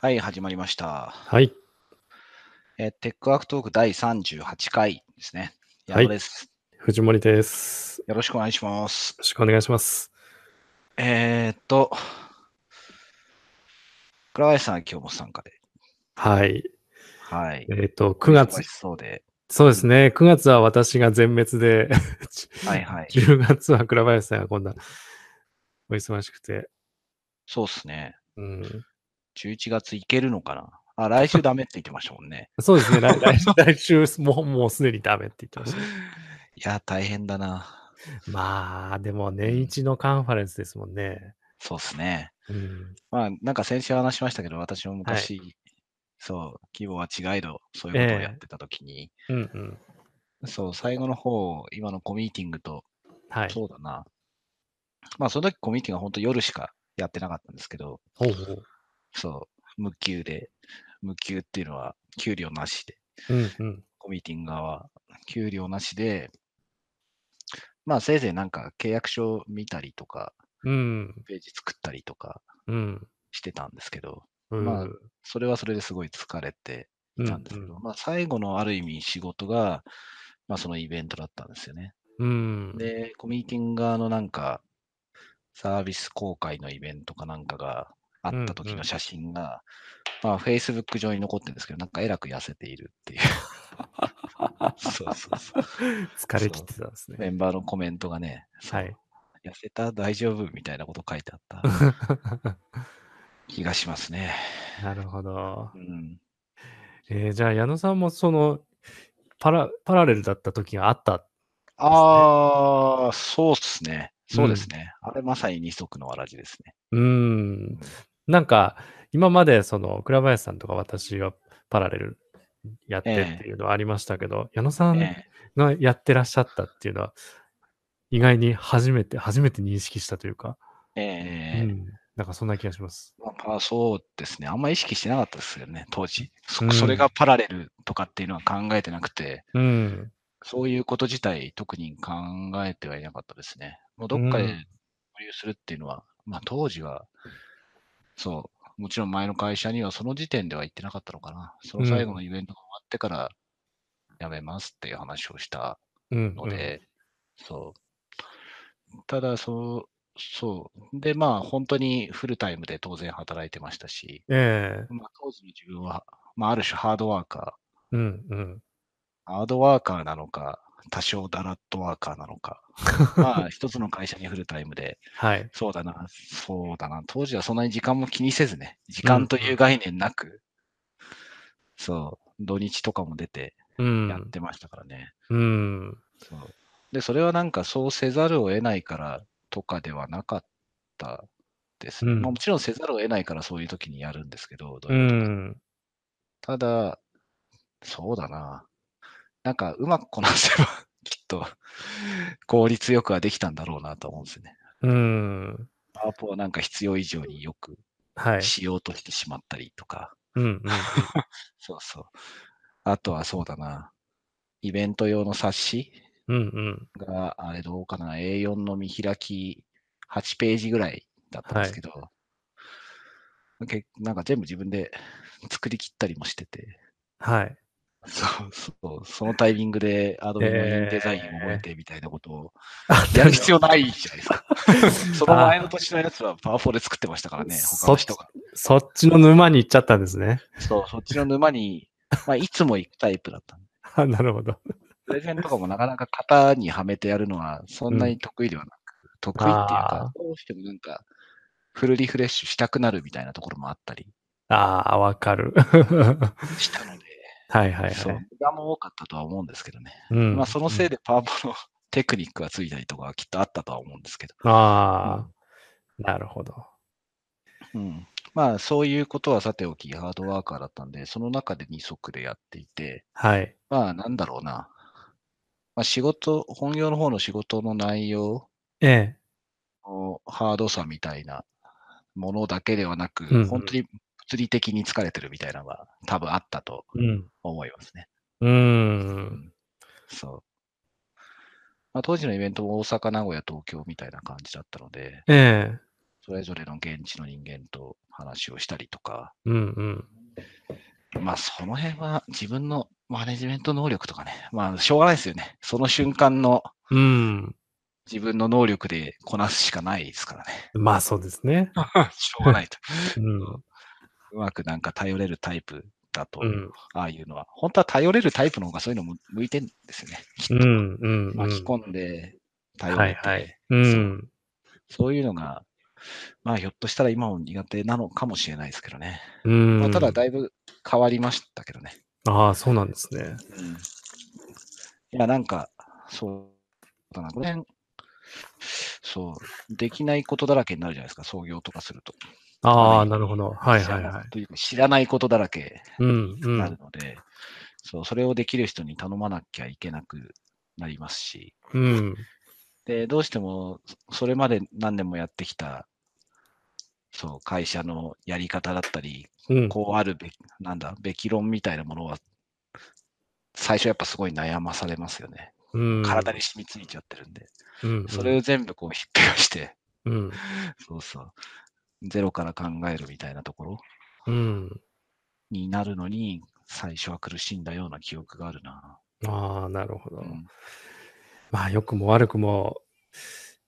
はい、始まりました。はい。えー、テックワークトーク第38回ですね。は矢い野です。藤森です。よろしくお願いします。よろしくお願いします。えーっと、倉林さんは今日も参加で。はい。はい。えー、っと、9月。そうで。そうですね。9月は私が全滅で はいはい。 10月は倉林さんが今度お忙しくて。そうですね。うん。 11月いけるのかなあ、来週ダメって言ってましたもんね。 そうですね。来来週も、もうすでにダメって言ってました、ね。いや、大変だな。まあ、でも年一のカンファレンスですもんね。そうですね。うん、まあ、なんか先週話しましたけど、私も昔、はい、そう、規模は違いど、そういうことをやってたときに、えー、うんうん、そう、最後の方、今のコミーティングと、はい、そうだな。まあ、その時コミーティングは本当夜しかやってなかったんですけど、ほうほうそう、無給で、無給っていうのは給料なしで、うんうん、コミーティング側は給料なしで、まあせいぜいなんか契約書を見たりとか、うん、ページ作ったりとかしてたんですけど、うん、まあそれはそれですごい疲れていたんですけど、うんうん、まあ最後のある意味仕事が、まあそのイベントだったんですよね。うん、で、コミーティング側のなんかサービス公開のイベントかなんかがあった時の写真が、うんうん、まあ、Facebook 上に残ってるんですけど、なんかえらく痩せている っていうそうそうそう。疲れ切ってたんですね。メンバーのコメントがね、はい、痩せた大丈夫みたいなこと書いてあった気がしますね。 なるほど。うん、えー、じゃあ、矢野さんもそのパラパラレルだった時があった、ね、ああ、そうっすね。そうですね。うん、あれまさに二足のわらじですね。うん。なんか、今まで、その、倉林さんとか私がパラレルやってっていうのはありましたけど、ええ、矢野さんがやってらっしゃったっていうのは、意外に初めて、初めて認識したというか、、ええうんなんかそんな気がします。まあ、そうですね。あんま意識してなかったですよね、当時そ、うん。それがパラレルとかっていうのは考えてなくて、うん、そういうこと自体特に考えてはいなかったですね。もうどっかで保有するっていうのは、うん、まあ当時は、そう、もちろん前の会社にはその時点では行ってなかったのかな。その最後のイベントが終わってから、やめますっていう話をしたので、うんうん、そう。ただ、そう、そう。で、まあ本当にフルタイムで当然働いてましたし、えー、まあ、当時の自分は、まあある種ハードワーカー、うんうん、ハードワーカーなのか、多少ダラットワーカーなの か、まあ、一つの会社にフルタイムで、はい、そうだな、そうだな、当時はそんなに時間も気にせずね、時間という概念なく、うん、そう、土日とかも出てやってましたからね。うん、うん、そうで、それはなんかそうせざるを得ないからとかではなかったですね。うん、まあ、もちろんせざるを得ないからそういう時にやるんですけど、どういううん、ただ、そうだな、なんかうまくこなせば きっと効率よくはできたんだろうなと思うんですよね。うん。パワポはなんか必要以上によくしようとしてしまったりとか。はい、うん、うん、そうそう。あとはそうだな。イベント用の冊子うんうん、が、あれどうかな、A4 の見開き8ページぐらいだったんですけど、はい、なんか全部自分で作り切ったりもしてて。はい。そうそう、そのタイミングでアドビのインデザインを覚えてみたいなことをやる必要ないじゃないです か。その前の年のやつはパワフォで作ってましたからね、他の人が。そっちの沼に行っちゃったんですね。そう、そっちの沼に、まあ、いつも行くタイプだった。あなるほど。プレゼンとかもなかなか型にはめてやるのはそんなに得意ではなく、うん、得意っていうか、どうしてもなんかフルリフレッシュしたくなるみたいなところもあったり。ああ、わかる。 したので。。はい はいはい。そう無駄も多かったとは思うんですけどね。うん、まあ、そのせいでパワポのテクニックがついたりとかはきっとあったとは思うんですけど。ああ、うん、なるほど。うん。まあ、そういうことはさておき、ハードワーカーだったんで、その中で二足でやっていて、はい。まあ、なんだろうな。まあ、仕事、本業の方の仕事の内容、ええ。ハードさみたいなものだけではなく、うんうん、本当に物理的に疲れてるみたいなのが多分あったと思いますね。うん。うん、そう。まあ、当時のイベントも大阪、名古屋、東京みたいな感じだったので、ええそれぞれの現地の人間と話をしたりとか、うんうん。まあその辺は自分のマネジメント能力とかね、まあしょうがないですよね。その瞬間のうん。自分の能力でこなすしかないですからね。 まあそうですね。しょうがないと。うん。うまくなんか頼れるタイプだと、うん。ああいうのは。本当は頼れるタイプの方がそういうのむ向いてんですよね。きっとうん。うん。巻き込んで頼はれいて、はい。うん。そういうのが、まあひょっとしたら今も苦手なのかもしれないですけどね。うん。まあ、ただだいぶ変わりましたけどね。ああ、そうなんですね。いや、なんか、そうだな、この辺、そう、できないことだらけになるじゃないですか、創業とかすると。あはあ、いなるほど。はいはいはというか知らないことだらけい。うん。うにんな。るので、そう、それをできる人に頼まなきゃいけなくなりますし、うん。で、どうしても、そそれまで何年もやってきた、そう、会社のやり方だったり、うん。こうあるべき、なんだ、べき論みたいなものは、最初やっぱすごい悩まされますよね。うん体に染みついちゃってるんで、うん。それを全部こうひっぺがして、 うん。そうそう、ゼロから考えるみたいなところうん。になるのに、最初は苦しんだような記憶があるな。ああ、なるほうど。ん、。まあ、良くも悪くも、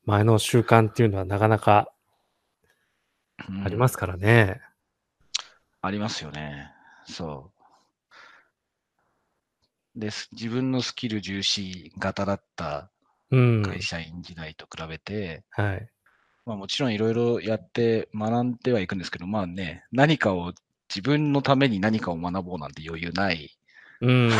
前の習慣っていうのはなかなかありますすからね。ありますよね。そう。です。自分のスキル重視型だったうん。会社員時代と比べて、はい。まあもちろんいろいろやって学んではいくんですけど、まあね、何かを自分のために何かを学ぼうなんて余裕ないうん。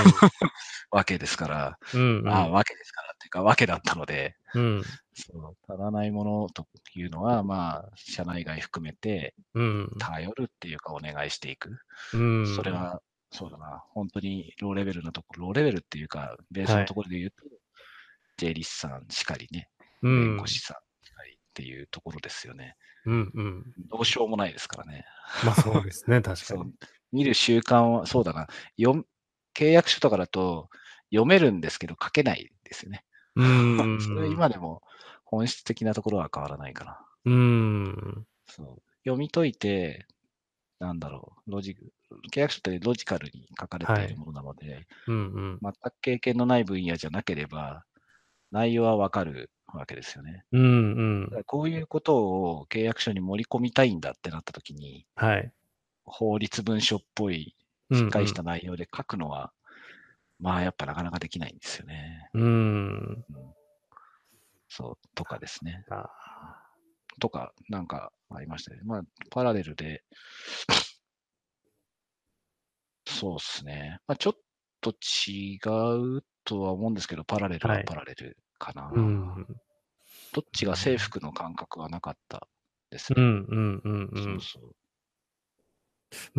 わけですから、うん。ま あ、わけですからっていうか、わけだったので、うん。そう足らないものというのは、まあ、社内外含めて、うん。頼るっていうか、お願いしていく。うん。それは、そうだな、本当にローレベルのところ、ローレベルっていうか、ベースのところで言うと、税理士さんしかりね、う弁ん護。士さんしかりっていうところですよね。うん。うん。どうしようもないですからね。まあ、そうですね。確かそうに。見る習慣は、そうだな、読む契約書とかだと、読めるんですけど、書けないですよね。うん。それは今でも本質的なところは変わらないかな。うん。そう読み解いて、なんだろう、ロジ契約書ってロジカルに書かれているものなので、うん。うん。全く経験のない分野じゃなければ、内容はわかるわけですよね。うん。うんだからこういうことを契約書に盛り込みたいんだってなったときに、はい。法律文書っぽい、うんしっかりした内容で書くのは、まあやっぱなかなかできないんですよね。うん。そう、とかですね。ああとか、なんかありましたね。まあ、パラレルで、そうですね。まあ、ちょっと違うとは思うんですけど、パラレルははいパラレルかな。うん。どっちが制服の感覚はなかったですうね。ん。うん。うん。うそんう。そ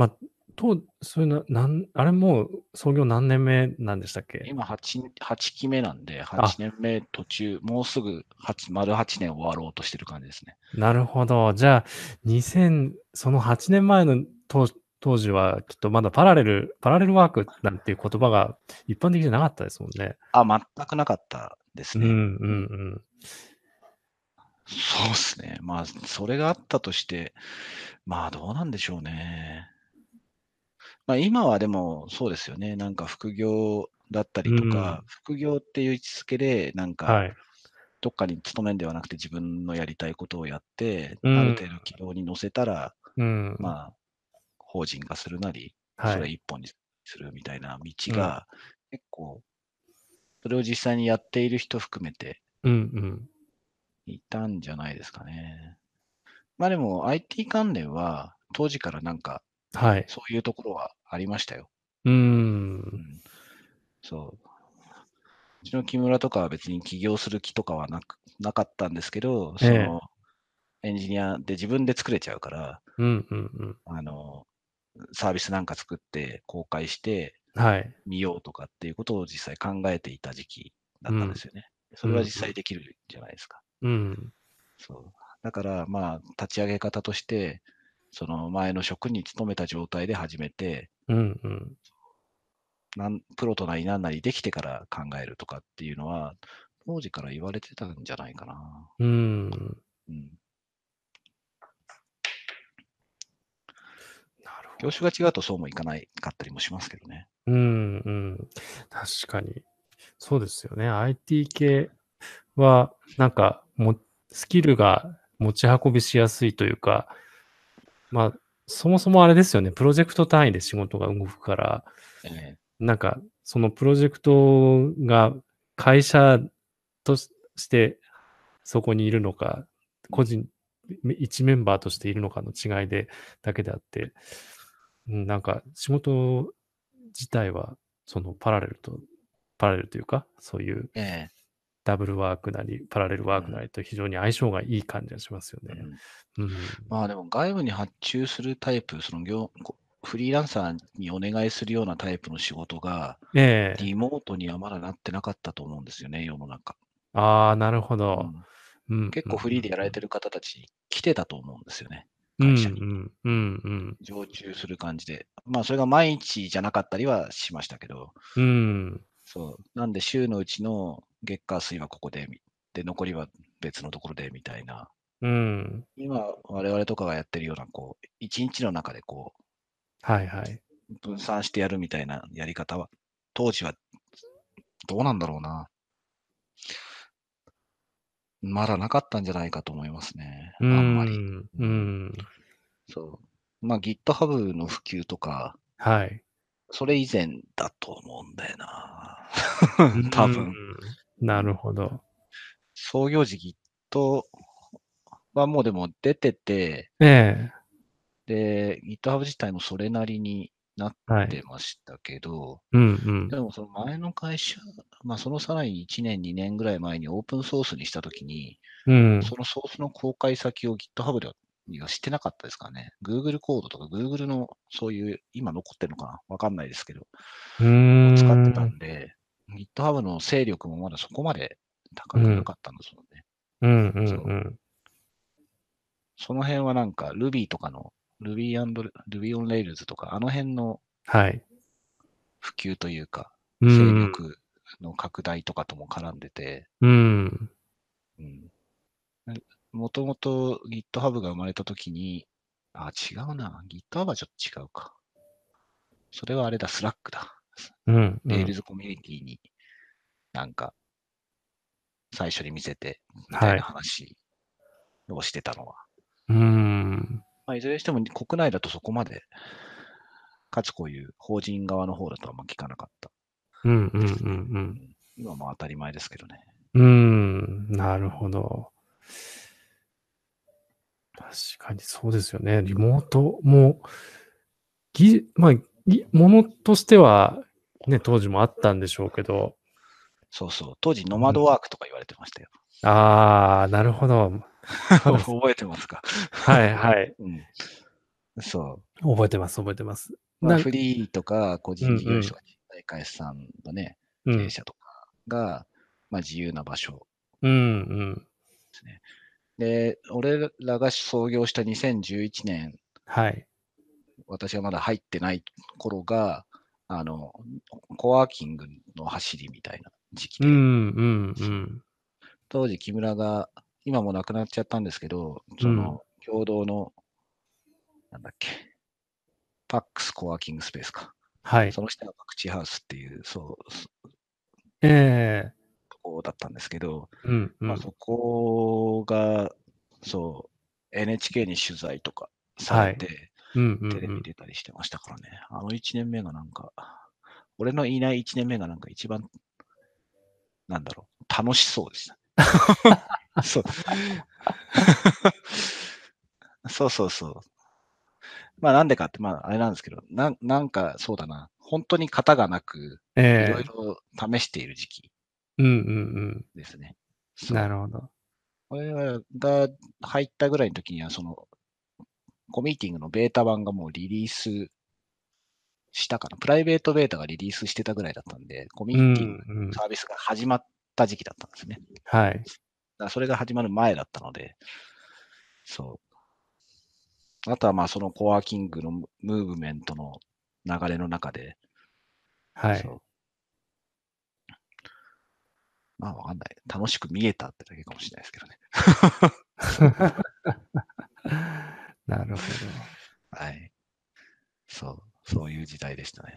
うと、そういうの、なん、あれもう創業何年目なんでしたっけ今8、八期目なんで、8年目途中、もうすぐ八丸8年終わろうとしてる感じですね。なるほど。じゃあ、2000、その8年前の当当時はきっとまだパラレル、パラレルワークなんていう言葉が一般的じゃなかったですもんね。あ、全くなかったですうね。んうんそうですね。まあ、それがあったとして、まあ、どうなんでしょうね。まあ、今はでも、そうですよね。なんか副業だったりとか、副業っていう位置づけで、なんうん。か、はい。どっかに勤めんではなくて、自分のやりたいことをやって、うんある程度軌道に乗せたら、うん。まあ、法人化するなり、はそれい。一本にするみたいな道が、結構、それを実際にやっている人含めて、うんいたんじゃないですかね。まあでも IT 関連は当時からなんかうん。はい。そういうところはありましたよ。う。うんん、そう。うちの木村とかは別に起業する気とかはなくなかったんですけど、そのエンジニアで自分で作れちゃうから、うんうんうん。あの、サービスなんか作って公開してはい。みようとかっていうことを実際考えていた時期だったんですよね。それは実際できるじゃないですか。うん。そう。だから、まあ、立ち上げ方として、その前の職に勤めた状態で始めて、うんうん。なんプロとなりなんなりできてから考えるとかっていうのは、当時から言われてたんじゃないかな。うん。うん。業種が違うとそうもいかないかったりもしますけどね。うんうん。確かに。そうですよね。IT 系は、なんかも、スキルが持ち運びしやすいというか、まあ、そもそもあれですよね。プロジェクト単位で仕事が動くから、えなんか、そのプロジェクトが会社としてそこにいるのか、個人、一メンバーとしているのかの違いで、だけであって、うんなんか仕事自体は、そのパラレルと、パラレルというか、そういうええダブルワークなり、パラレルワークなりと非常に相性がいい感じがしますよえねう。んうん。まあでも外部に発注するタイプ、その業こフリーランサーにお願いするようなタイプの仕事が、ええリモートにはまだなってなかったと思うんですよね、世の中。ああ、なるほうど。んうん結構フリーでやられてるる方たち来てたと思うんですよね。うん会社にうんうんうん常駐する感じで。まあそれが毎日じゃなかったりはしましたけど、うん。そう。なんで週のうちの月火水はここで、みで、残りは別のところでみたいな。うん。今、我々とかがやってるような、こう、一日の中でこう、はいはい。分散してやるみたいなやり方は、当時はどうなんだろうな。まだなかったんじゃないかと思いますね。あんまり。うんうん。そう。まあ GitHub の普及とか、はい。。それ以前だと思うんだよな 多う分。ん。なるほど。創業時 Git はもうでも出てて、えで、GitHub 自体もそれなりになえはっい。てましたけど、うんうんで。もその前の会社、まあ、そのさらに1年、2年ぐらい前にオープンソースにしたときに、うん。そのソースの公開先を GitHub ではには知ってなかったですかね。Google コードとか Google のそういう、今残ってるのかなわかんないですけど、う使ってたーんんで、GitHub の勢力もまだそこまで高くなかったんですよね。うんうんう。そうんその辺はなんか Ruby とかの Ruby, and Ruby on Rails とか、あの辺のはい。普及というか、う勢ん力の拡大とかとも絡んでて、うん。うんもともと GitHub が生まれたときに、あ、違うな。GitHub はちょっと違うか。それはあれだ、Slack だ。うん。うん Rails コミュニティになんか最初に見せてみたはい。ない話をしてたのは。うん。まあ、いずれにしても国内だとそこまで、かつこういう法人側の方だとはあんま聞かなかったうんうんうですね。うんん今も当たり前ですけどね。うん。うん。なるほど。確かにそうですよね。リモートも、ぎ、まあ、ぎものとしては、ね、当時もあったんでしょうけど、そうそう。当時ノマドワークとか言われてましたよ。ああ、なるほど。そうで す。覚えてますかはいはい。うん、そ覚えてます、覚えてます。う。まあ、なフリーとか、個うん人事う業ん主とか、大会社さんのね、う経営ん、者とかが、まあ、自由な場所うん、うん。ですね。で、俺らが創業した2011年、はい。私がまだ入ってない頃が、あの、コワーキングの走りみたいな時期うで、ん、うん、うん。当時木村が、今もう亡くなっちゃったんですけど、うそん。の、共同の、なんだっけ、パックスコワーキングスペースか。はい。その下がパクチーハウスっていう、そう、ええとこだったんですけど、うん、うまあ、ん。そこが、そう、NHK に取材とかさはれい。て、うん、うテレビん、出たりしてましたからね。あの1年目がなんか、俺のいない1年目がなんか一番、なんだろう、楽しそうでした。 そう。そうそうそう。まあなんでかって、まああれなんですけど、なんなんかそうだな、本当に型がなく、ういろん。えいえろ試している時期うん、うん、ですね。うん。そう。なるほど。俺らが入ったぐらいの時には、その、コミーティングのベータ版がもうリリースしたかな。プライベートベータがリリースしてたぐらいだったんで、コミうーティンん、グうん。サービスが始まった時期だったんですね。だかはい。らそれが始まる前だったので、そう。あとはまあそのコワーキングのムムーブメントの流れの中で、はい。そう。まあわかんない。楽しく見えたってだけかもしれないですけどね。なるほど。はい。そう、そういう時代でしたね。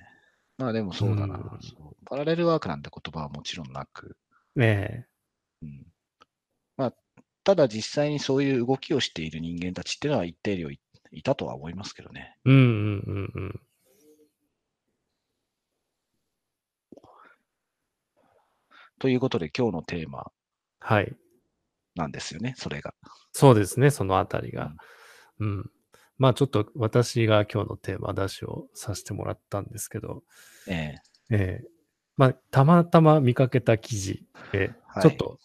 まあでもそうだな、うんそうパラレルワークなんて言葉はもちろんなく、ねうんまあ、ただ実際にそういう動きをしている人間たちっていうのは一定量いいたとは思いますけどね。え。うんうんうんうん。ということで今日のテーマはい。なんですよね、それが。そうですね、そのあたりが。うん。まあちょっと私が今日のテーマ出しをさせてもらったんですけど、ええええまあたまたま見かけた記事で、はいちょっと、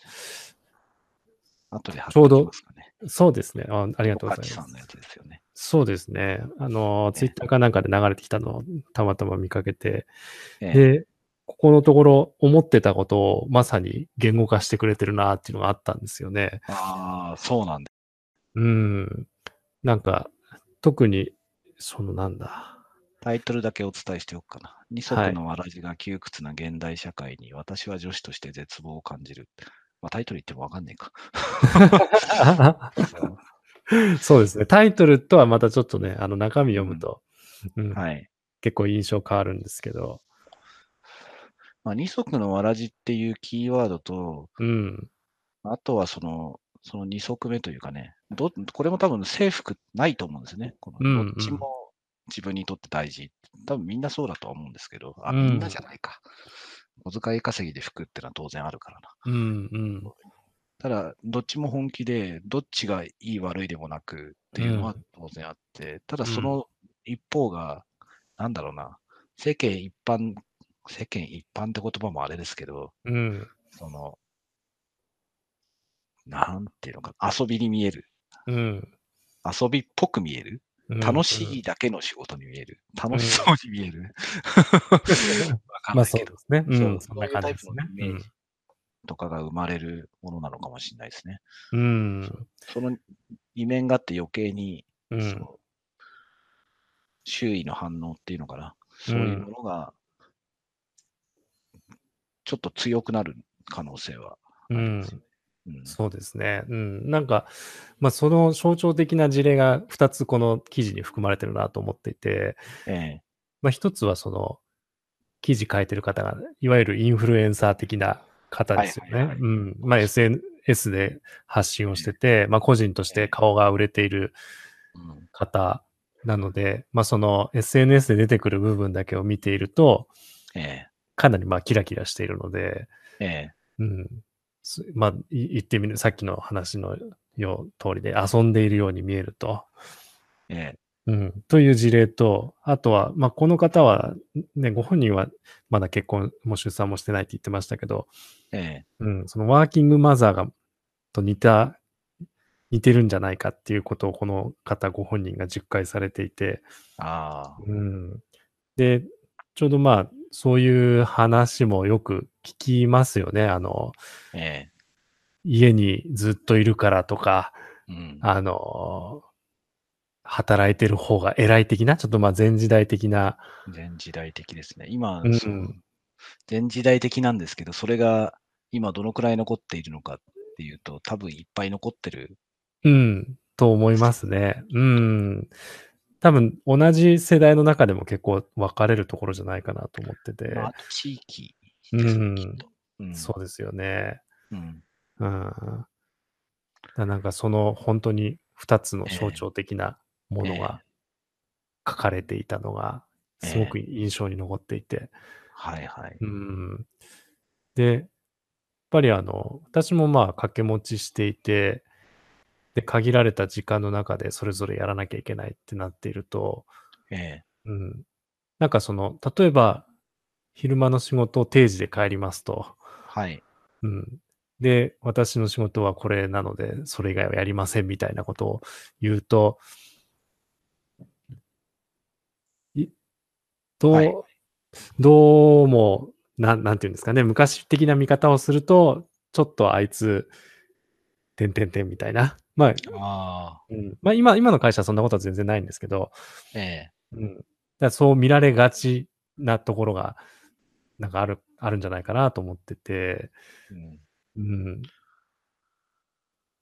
後で貼っちょうどておきますかね。そうですねあ、ありがとうござ岡い地まさんすの。やつですよね。そうですね。あの、ええツイッターかなんかで流れてきたのをたまたま見かけて、ええで、ここのところ思ってたことをまさに言語化してくれてるなっていうのがあったんですよね。ああ、そうなんだ。うん。なんか、特に、そのな んだ。タイトルだけお伝えしておくかな。二は足いのわらじが窮屈な現代社会に私は女子として絶望を感じる。まあ、タイトル言ってもわかんねえか。そうですね。タイトルとはまたちょっとね、あの中身読むと、う んはい。結構印象変わるんですけど。まあ、二足のわらじっていうキーワードと、うん。あとはその、その二足目というかね、どこれも多分制服ないと思うんですね。こうんうのんどっちも自分にとって大事。多分みんなそうだとは思うんですけど、あ、うんみんなじゃないか。小遣い稼ぎで服ってのは当然あるからな。うんうん。ただ、どっちも本気で、どっちがいい悪いでもなくっていうのはう当然あって、ただうんその一方が、なんだろうな、世間一般、世間一般って言葉もあれですけど、うん。その、なんていうのかな、遊びに見える。うん。遊びっぽく見える。うん楽しいだけの仕事に見える。楽しそうに見える。わ かんなまあいそうけでど。すね。うそん。うそそんういなう感タじイでプすのねイ。メージとかが生まれるものなのかもしれないですね。うん。その異面があって余計にうん。うんそう周囲の反応っていうのかな、そういうものがちょっと強くなる可能性はありますよね。うんそうですね。うん。なんか、まあ、その象徴的な事例が2つこの記事に含まれてるなと思っていて、ええまあ、1つはその、記事書いてる方が、いわゆるインフルエンサー的な方ですよはいはいは。ねいうん。まあ、SNS で発信をしてて、まあ、個人として顔が売れているうん方なので、まあ、その SNS で出てくる部分だけを見ていると、えかなりまあ、キラキラしているので、ええうん。すまあ、い言ってみる、さっきの話のよう通りで、遊んでいるように見えると。ええうん。という事例と、あとは、まあ、この方は、ね、ご本人はまだ結婚も出産もしてないって言ってましたけど、ええうん、そのワーキングマザーが、と似た、似てるんじゃないかっていうことを、この方ご本人が実感されていて、ああ、うん。で、ちょうどまあ、そういう話もよく聞きますよね。あの、え家にずっといるからとか、えうん、あのー働いてる方が偉い的な、ちょっとまあ前時代的な、全時代的ですね。今、うんその全時代的なんですけど、それが今どのくらい残っているのかっていうと、多分いっぱい残ってる。うん、と思いますね。うん。多分同じ世代の中でも結構分かれるところじゃないかなと思ってて、まあ、あと地域ですうんね、きっと。うんそうですよね。うんうん。だからなんかその本当に2つの象徴的なものが書かれていたのが、ええすごく印象に残っていて、はいはい。うん。で、やっぱりあの、私もまあ掛け持ちしていて、で、限られた時間の中でそれぞれやらなきゃいけないってなっていると、ええうん。なんかその、例えば、昼間の仕事を定時で帰りますと、はい。うん。で、私の仕事はこれなので、それ以外はやりませんみたいなことを言うと、いどう、はいどうも、なん、なんていうんですかね、昔的な見方をすると、ちょっとあいつ、てんてんてんみたいな。まあ、ああ、うん、まあ今、今の会社はそんなことは全然ないんですけど、ええうん。だからそう見られがちなところが、なんかある、あるんじゃないかなと思ってて、うんうん。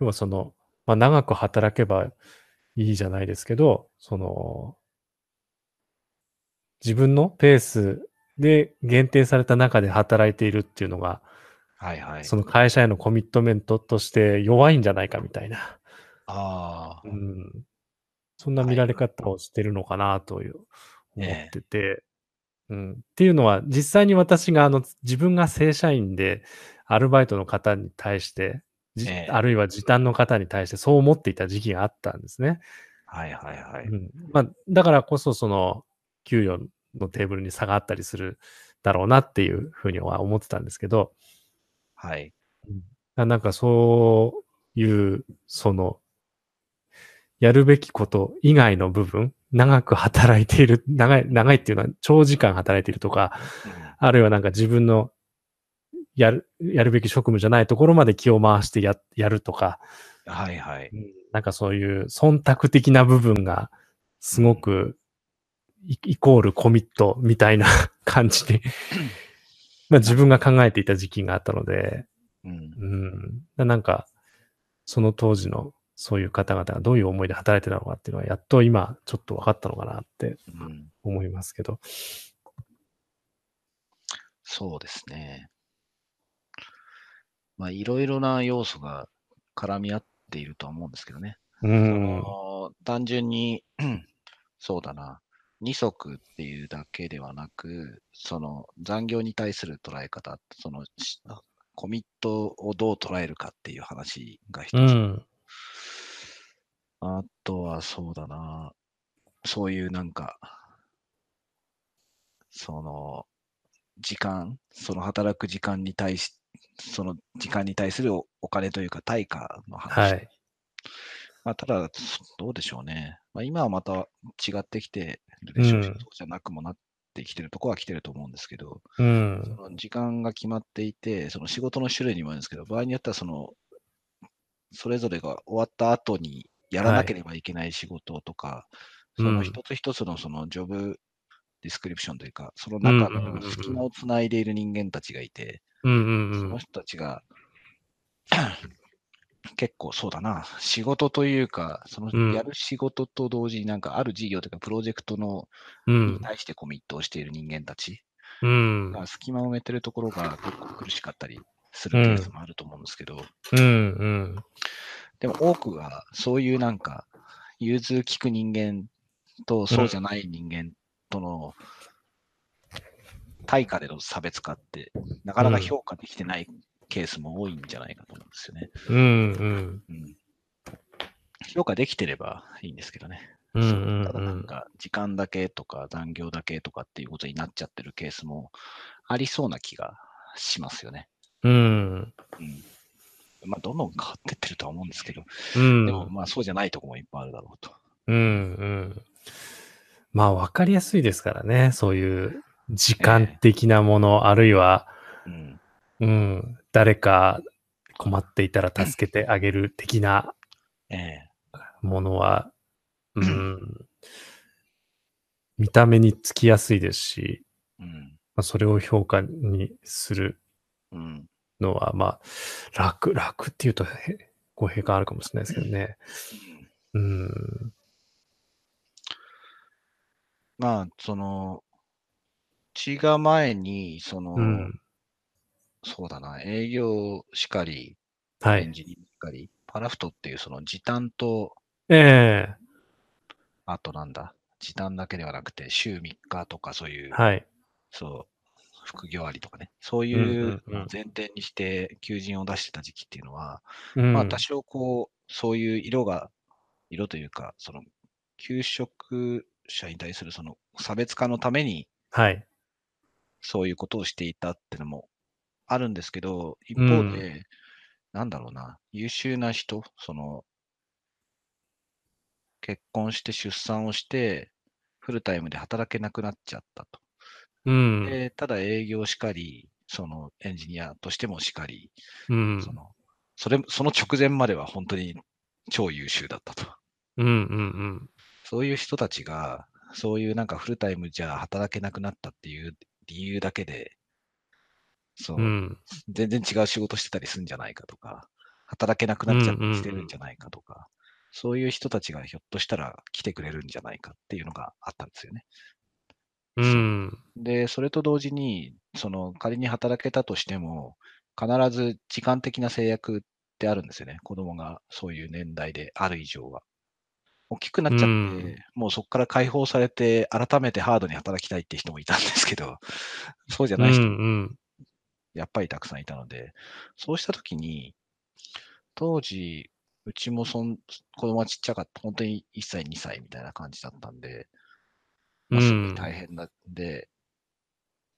要はその、まあ、長く働けばいいじゃないですけど、その、自分のペースで限定された中で働いているっていうのが、はいはい。その会社へのコミットメントとして弱いんじゃないかみたいな、ああう、ん、そんな見られ方をしてるのかなという思ええってて、うん、っていうのは実際に私があの自分が正社員でアルバイトの方に対して、じええあるいは時短の方に対してそう思っていた時期があったんですね。はいはいはい。うんまあ、だからこそ、その、給与のテーブルに差があったりするだろうなっていうふうには思ってたんですけど、はい。ななんかそういう、その、やるべきこと以外の部分、長く働いている、長い、長いっていうのは長時間働いているとか、あるいはなんか自分のやる、やるべき職務じゃないところまで気を回してや、やるとか、はいはい。なんかそういう忖度的な部分がすごくイイコールコミットみたいな 感じで、まあ自分が考えていた時期があったので、うんうん、なんかその当時のそういう方々がどういう思いで働いてたのかっていうのはやっと今ちょっと分かったのかなってうん、思いますけど。そうですね。まあ、いろいろな要素が絡み合っているとは思うんですけどね。うんあ。の単純に、 そうだな、二足っていうだけではなく、その残業に対する捉え方、そのしコミットをどう捉えるかっていう話が一つ。うん。あとはそうだな、そういうなんか、その、時間、その働く時間に対し、その時間に対するおお金というか対価のは話。い。まあ、ただ、そどうでしょうね。まあ、今はまた違ってきてるでしょうし、うんそうじゃなくもなってきてるとこは来てると思うんですけど、うん。その時間が決まっていて、その仕事の種類にもあるんですけど、場合によってはその、それぞれが終わった後にやらはないければいけない仕事とか、うんその一つ一つのそのジョブディスクリプションというか、その中うんうんうんうのん隙間をつないでいる人間たちがいて、うんうそんうのん。人たちが 結構そうだな、仕事というか、そうんのやる仕事と同時になんかある事業というかプロジェクトのうんに。対してコミットをしている人間たちうん。が隙間を埋めてるところが結構苦しかったりするケースもあると思うんですけど、うん。うん。でも多くがそういうなんか融通きく人間とそうじゃない人間との対価での差別化ってなかなか評価できてないケースも多いんじゃないかと思うんですよね。うん。うん。うん、評価できてればいいんですけどね。うん。うんただうなんん。か時間だけとか残業だけとかっていうことになっちゃってるケースもありそうな気がしますよね。うん。うんまあ、どんどん変わってってるとは思うんですけど、うん。でもまあそうじゃないとこもいっぱいあるだろうと。うんうん。まあ、わかりやすいですからね。そういう時間的なもの、あるいは、うん、うん、誰か困っていたら助けてあげる的なええものは、うん、見た目につきやすいですし、うん、まあ、それを評価にするうん、のは、まあ、楽、楽っていうとへ語弊があるかもしれないですけどね。うん、まあ、その、血が前に、その、うん、そうだな、営業しかり、はエンい。ジニアしかり、パラフトっていうその時短と、ええあとなんだ、時短だけではなくて、週3日とかそういう、はい。そう、副業ありとかね、そういううんうんうん前提にして求人を出してた時期っていうのは、うん、まあ多少こう、そういう色が、色というか、その、求職者に対するその差別化のために、はい。そういうことをしていたってのもあるんですけど、一う方んで、なんだろうな、優秀な人、その、結婚して出産をして、フルタイムで働けなくなっちゃったと。うん。でただ営業しかり、そのエンジニアとしてもしかり、うん。そのそれその直前までは本当に超優秀だったと。うんうんそういう人たちが、そういうなんかフルタイムじゃ働けなくなったっていう理由だけで、そう、うん。うん。全然違う仕事してたりするんじゃないかとか、働けなくなっちゃったりしてるんじゃないかとか、そういう人たちがひょっとしたら来てくれるんじゃないかっていうのがあったんですよね。うん。で、それと同時に、その仮に働けたとしても、必ず時間的な制約ってあるんですよね。子供がそういう年代である以上は。大きくなっちゃって、うんもうそこから解放されて、改めてハードに働きたいって人もいたんですけど、そうじゃうんなうい人もん。やっぱりたくさんいたので、そうしたときに、当時、うちもそん子供はちっちゃかった、本当に1歳、2歳みたいな感じだったんで、まあ、すごい大変なんで、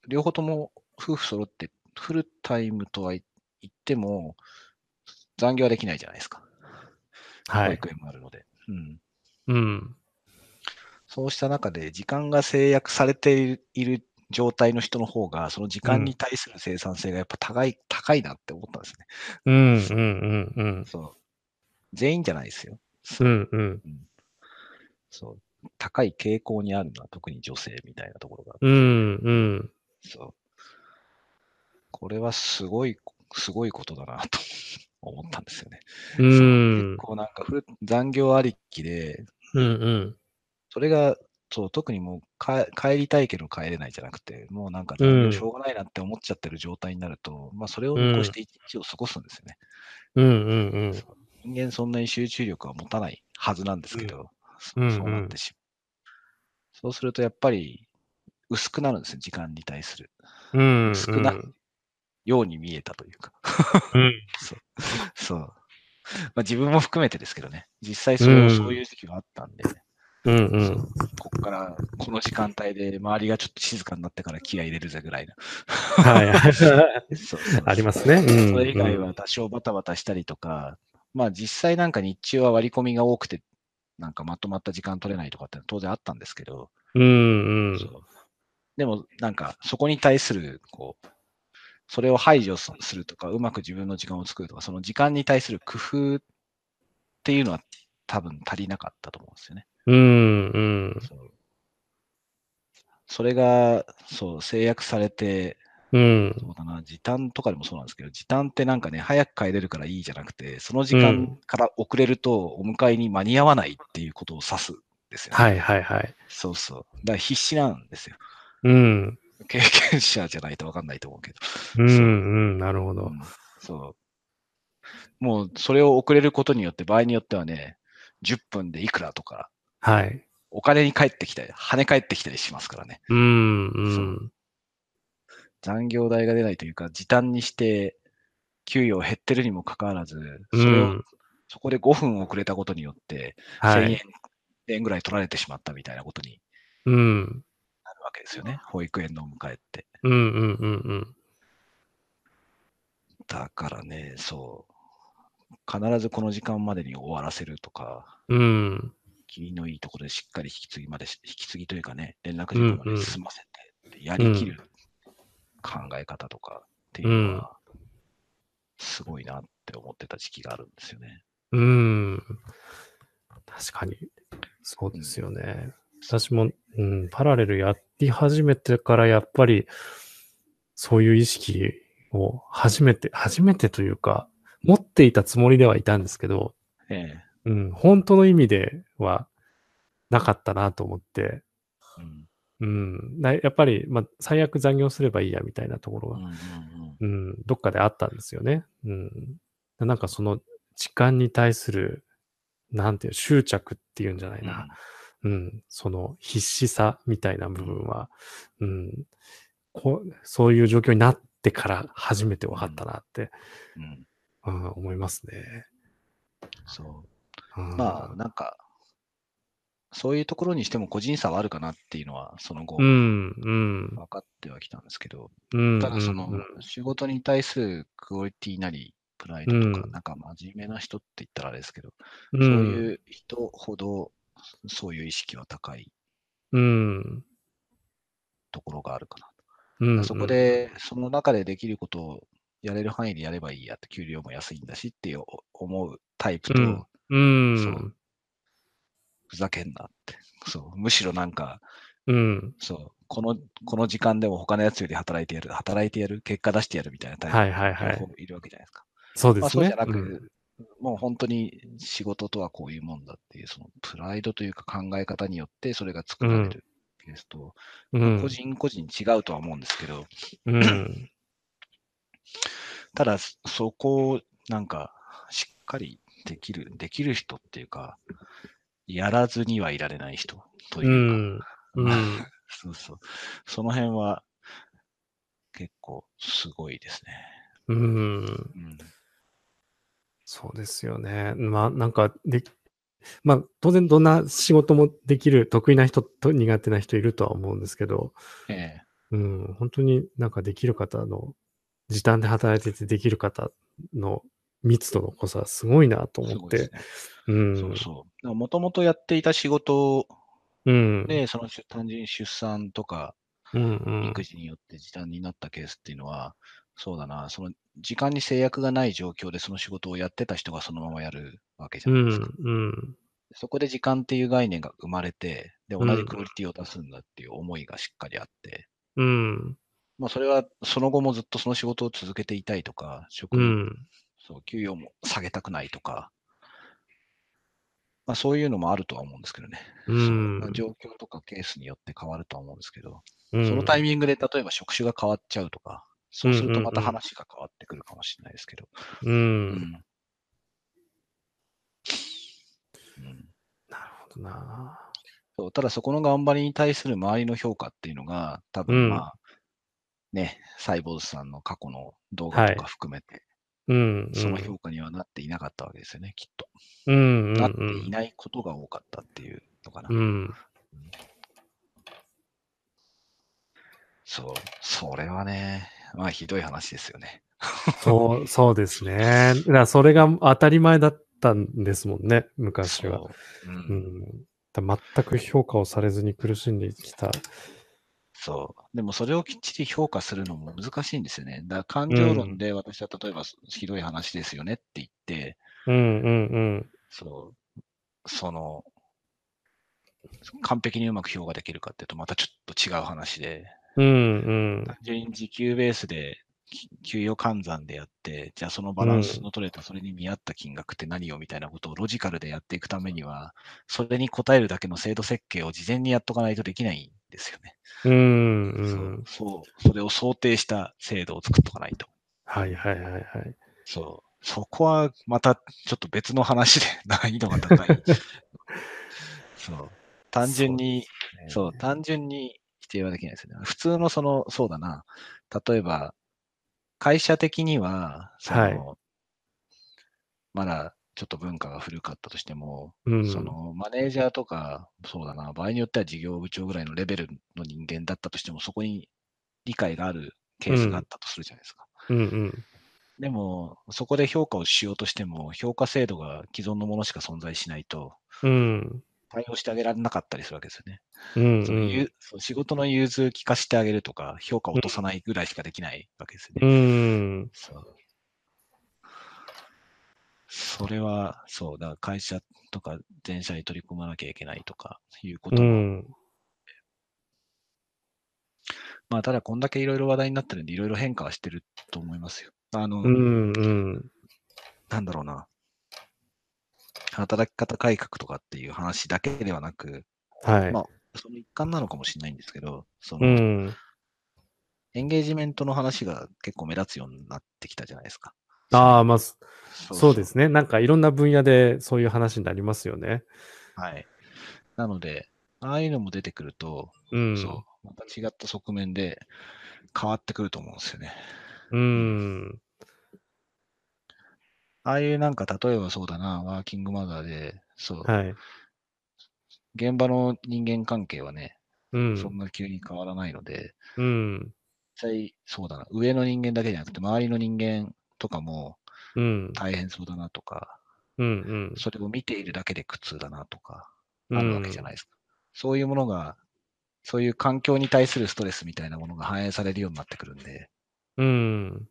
両方とも夫婦揃ってフルタイムとは言っても、残業はできないじゃないですか。は保い。育園もあるので。うんうん。そうした中で、時間が制約されている状態の人の方が、その時間に対する生産性がやっぱ高い、高いなって思ったんですね。うんうんうんうん。そう全員じゃないですよ。うんうん。そう高い傾向にあるのは特に女性みたいなところが。うんうん。そうこれはすごい、すごいことだなと 思ったんですよね。うそうん結。構なんかフル残業ありきで、うんうん。それが、そう、特にもうか帰りたいけど帰れないじゃなくて、もうなんかうん残業しょうがないなって思っちゃってる状態になると、まあそれを見越して一日を過ごすんですよね。うんうん人間そんなに集中力は持たないはずなんですけど、そうんそうなってしまう。そうするとやっぱり薄くなるんですよ、時間に対する。うん。うん。少なように見えたというか。うん。 そう。まあ自分も含めてですけどね、実際そう,、うんそういう時期があったんで、うんうそんう。ここからこの時間帯で周りがちょっと静かになってから気合い入れるぜぐらいな。はい。そうそうそうありますね。うん。それ以外は多少バタバタしたりとか、まあ実際なんか日中は割り込みが多くて、なんかまとまった時間取れないとかって当然あったんですけど、うんうんそ。うでもなんかそこに対する、こう、それを排除すするとか、うまく自分の時間を作るとか、その時間に対する工夫っていうのは多分足りなかったと思うんですよね。うんうん。そうそれが、そう、制約されて、うん。そうだな、時短とかでもそうなんですけど、時短ってなんかね、早く帰れるからいいじゃなくて、その時う間んから遅れると、お迎えに間に合わないっていうことを指すんですよ、ね。はいはいはい。そうそう。だから必死なんですよ。うん。経験者じゃないと分かんないと思うけど。うんうん。なるほうど。んそう。もう、それを遅れることによって、場合によってはね、10分でいくらとか、はい。お金に返ってきたり、跳ね返ってきたりしますからね。うんうん。残業代が出ないというか、時短にして、給与減ってるにもかかわらず、それを、うんそこで5分遅れたことによって、は1000い。円円ぐらい取られてしまったみたいなことにうん。なるわけですよね、保育園のお迎えって。うんうんうんだからね、そう、必ずこの時間までに終わらせるとか、うん。うん。気のいいところでしっかり引き継ぎまでし、引き継ぎというかね、連絡時間まうんでうん済ませてって、やりきる考え方とかっていうのは、すごいなって思ってた時期があるんですよね。うん。確かに。そうですよね。私も、うん、パラレルやり始めてから、やっぱり、そういう意識を初めて、初めてというか、持っていたつもりではいたんですけど、ええ。うん、本当の意味ではなかったなと思って、うんうん、なやっぱり、まあ、最悪残業すればいいやみたいなとこうろんがうんうんうん、どっかであったんですよね。うん、なんかその時間に対する、なんていう、執着っていうんじゃないな。うん、その必死さみたいな部分は、うんこう、そういう状況になってから初めて分かったなって、うんうん思いますね。そう。うんまあ、なんか、そういうところにしても個人差はあるかなっていうのは、その後、う分ん、うん、かってはきたんですけど、うん。ただそのうん、仕事に対するクオリティなり、プライドとか、うんなんか真面目な人って言ったらあれですけど、う、そうんいう人ほど、そういう意識は高いうん、ところがあるかなと。うん。そこで、その中でできることをやれる範囲でやればいいやって、給料も安いんだしっていう思うタイプと、うんそうんう、ふざけんなって。そう、むしろなんか、うん。そう、この、この時間でも他のやつより働いてやる、働いてやる、結果出してやるみたいなタイプはいはいはのい方。もいるわけじゃないですか。そうでまあすそうね。じゃなく、うんもう本当に仕事とはこういうもんだっていう、そのプライドというか考え方によってそれが作られるですと、うん個。人個人違うとは思うんですけど、うん。ただ、そそこをなんか、しっかりできる、できる人っていうか、やらずにはいられない人とういうか、ん。うん。そうそう。その辺は、結構すごいですね。うん。うん。そうですよね。まあ、なんか、で、まあ、当然どんな仕事もできる得意な人と苦手な人いるとは思うんですけど、ええうん、本当になんかできる方の、時短で働いててできる方の密度の濃さはすごいなとす思ごっいでてす。ね。うん。そうそう。もともとやっていた仕事うん。で、その出単純に出産とかうんうん育児によって時短になったケースっていうのは、そうだな、その時間に制約がない状況でその仕事をやってた人がそのままやるわけじうゃないですか。ん。うん。そこで時間っていう概念が生まれて、で、う同んじクオリティを出すんだっていう思いがしっかりあって、うん。まあそれはその後もずっとその仕事を続けていたいとか、職う務ん。そう、給与も下げたくないとか、まあ、そういうのもあるとは思うんですけどね。うそうんまあ状況とかケースによって変わるとは思うんですけど、うんそのタイミングで例えば職種が変わっちゃうとか、そうするとまたうんうんうん話が変わってくるかもしれないですけど。う。うんんうんなるほどな。そうただそこの頑張りに対する周りの評価っていうのが、多うん分まあ、ね、サイボーズさんの過去の動画とか含めて、うん。その評価にはなっていなかったわけですよね、きっと。うん。うん。なっていないことが多かったっていうのかな。うん。そう、それはね、まあひどい話ですよね。そう、そうですね。だからそれが当たり前だったんですもんね、昔は。そう,、うんうん。だから全く評価をされずに苦しんできた。そう。でもそれをきっちり評価するのも難しいんですよね。だから感情論で私は例えばひどい話ですよねって言って、うんうんそう、その、完璧にうまく評価できるかっていうとまたちょっと違う話で、うん。うん単純に時給ベースでき給与換算でやって、じゃあそのバランスの取れた、それに見合った金額って何よみたいなことをロジカルでやっていくためには、それに応えるだけの制度設計を事前にやっとかないとできないんですよね。うん。うんう。そうんそう、それを想定した制度を作っとかないと。はいはいはいはい。そう。そこはまたちょっと別の話で難易度が高 い。そう。単純に、う。そう、単純に否定はできないですよね。普通のその、そうだな、例えば、会社的には、その、はいまだちょっと文化が古かったとしても、うん。そのマネージャーとか、そうだな、場合によっては事業部長ぐらいのレベルの人間だったとしても、そこに理解があるケースがあったとするじゃないですか。うんうん。でも、そこで評価をしようとしても、評価制度が既存のものしか存在しないと、うん。対応してあげられなかったりするわけですよね。うんそうのゆん。そう仕事の融通聞かせてあげるとか、評価を落とさないぐらいしかできないわけですよね。うん。そうそれは、そう、だから会社とか全社に取り組まなきゃいけないとかいうことうも、ん。まあ、ただこんだけいろいろ話題になってるんで、いろいろ変化はしてると思いますよ。あの、うんうん。なんだろうな。働き方改革とかっていう話だけではなく、はい。まあ、その一環なのかもしれないんですけど、そうの、ん。エンゲージメントの話が結構目立つようになってきたじゃないですか。ああ、まあ、そそうですね。なんかいろんな分野でそういう話になりますよね。はい。なので、ああいうのも出てくると、うん。そう、また違った側面で変わってくると思うんですよね。うん。ああいうなんか、例えばそうだな、ワーキングマザーで、そう、はい。現場の人間関係はね、うん。そんな急に変わらないので、うん。実際、そうだな、上の人間だけじゃなくて、周りの人間とかもうん。大変そうだなとか、うん。それを見ているだけで苦痛だなとか、うん。あるわけじゃないですか。そういうものが、そういう環境に対するストレスみたいなものが反映されるようになってくるんで、うん。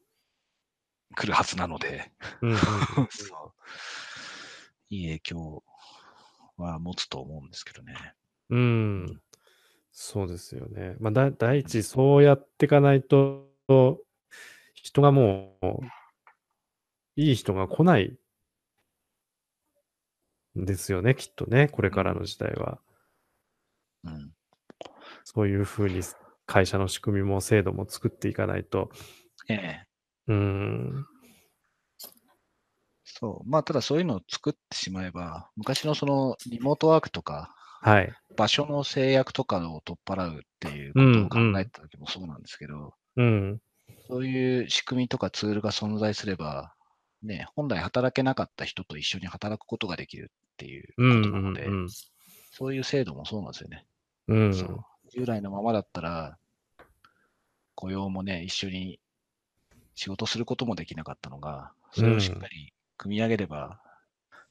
来るはずなので、うん。 そういい影響は持つと思うんですけどね。うん。そうですよね。まあ、だ第一、そうやっていかないと、人がもう、いい人が来ないんですよね、きっとね、これからの時代は。うん、そういうふうに会社の仕組みも制度も作っていかないと、ええ。うーん、そう。まあ、ただそういうのを作ってしまえば、昔のそのリモートワークとか、はい、場所の制約とかを取っ払うっていうことを考えた時もそうなんですけど、うん、そういう仕組みとかツールが存在すれば、ね、本来働けなかった人と一緒に働くことができるっていうこうん、とうなのんで、うん、そういう制度もそうなんですよね。うん、そう従来のままだったら、雇用もね、一緒に仕事することもできなかったのが、それをしっかり組み上げれば、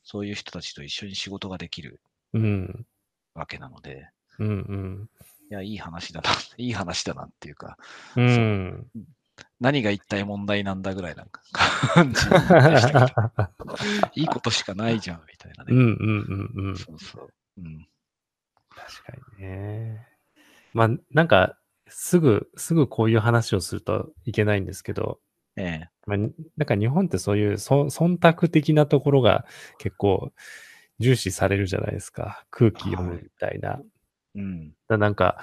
そういう人たちと一緒に仕事ができるうん、わけなので、うん、いや、いい話だな、いい話だなっていうか、うん。何が一体問題なんだぐらいなんか感じでしたけど いいことしかないじゃん、みたいなうんうね。んうんうん。そうそう。うん。確かにね。まあ、なんか、すぐ、すぐこういう話をするといけないんですけど、ええ。まあ、になんか日本ってそういうそ忖度的なところが結構重視されるじゃないですか。空気読むみたいな。だかうん。らなんか、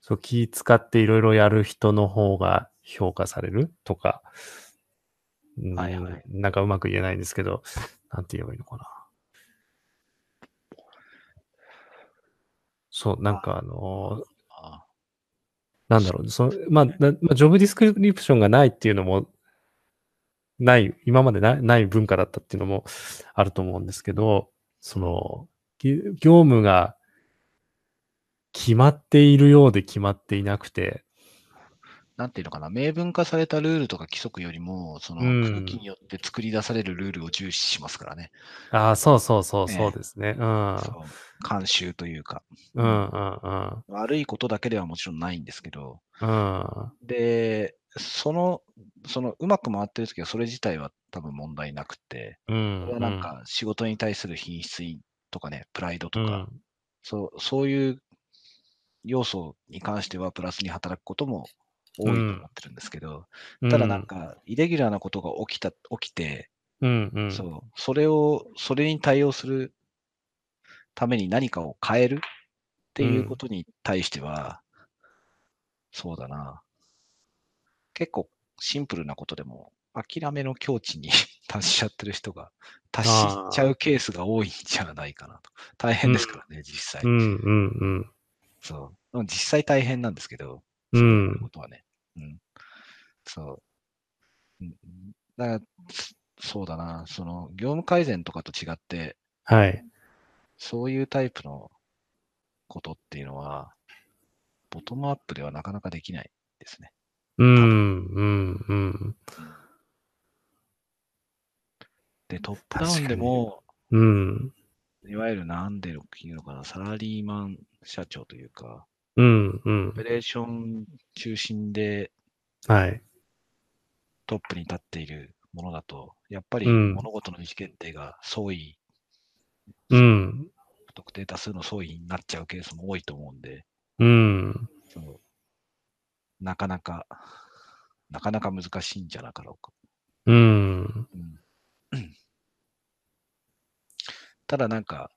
そう気使っていろいろやる人の方が評価されるとか、うんはいはいなんかうまく言えないんですけど、なんて言えばいいのかな。そう、なんかあのーあなんだろう、そのまあ、なまあ、ジョブディスクリプションがないっていうのも、ない、今までなない文化だったっていうのもあると思うんですけど、その、ぎ業務が決まっているようで決まっていなくて、なんていうのかな、明文化されたルールとか規則よりも、そのうん空気によって作り出されるルールを重視しますからね。ああ、そうそうそう、ええそうですね。うん。そう慣習というか、うんうん悪いことだけではもちろんないんですけど、うん。で、その、その、うまく回ってるときはそれ自体は多分問題なくて、うん。うこん。れはなんか仕事に対する品質とかね、プライドうとん、か、そうそういう要素に関してはプラスに働くことも多いとうん思ってるんですけど、ただなんか、イレギュラーなことが起きた、起きて、うん、うんうん。そう、それを、それに対応するために何かを変えるっていうことに対しては、そうだな。結構シンプルなことでも、諦めの境地に 達しちゃってる人が、達しちゃうケースが多いんじゃないかなと。大変ですからね、実際。うんうんうん。そう。うん実際大変なんですけど、う。そういうんことはね。うん。そう。うんだから、つそうだな。その、業務改善とかと違って、はい。そういうタイプのことっていうのは、ボトムアップではなかなかできないですね。うん、うん、うん。で、トップダウンでも、うん。いわゆるなんでいうのかな、サラリーマン社長というか、うん、うんオ。ペレーション中心ではい。トップに立っているものだと、やっぱりうん物事の意思決定が相違、うん。不特定多数の相違になっちゃうケースも多いと思うんで、うん。そうなかなか、なかなか難しいんじゃなかろうか。うん。うん ただなんか、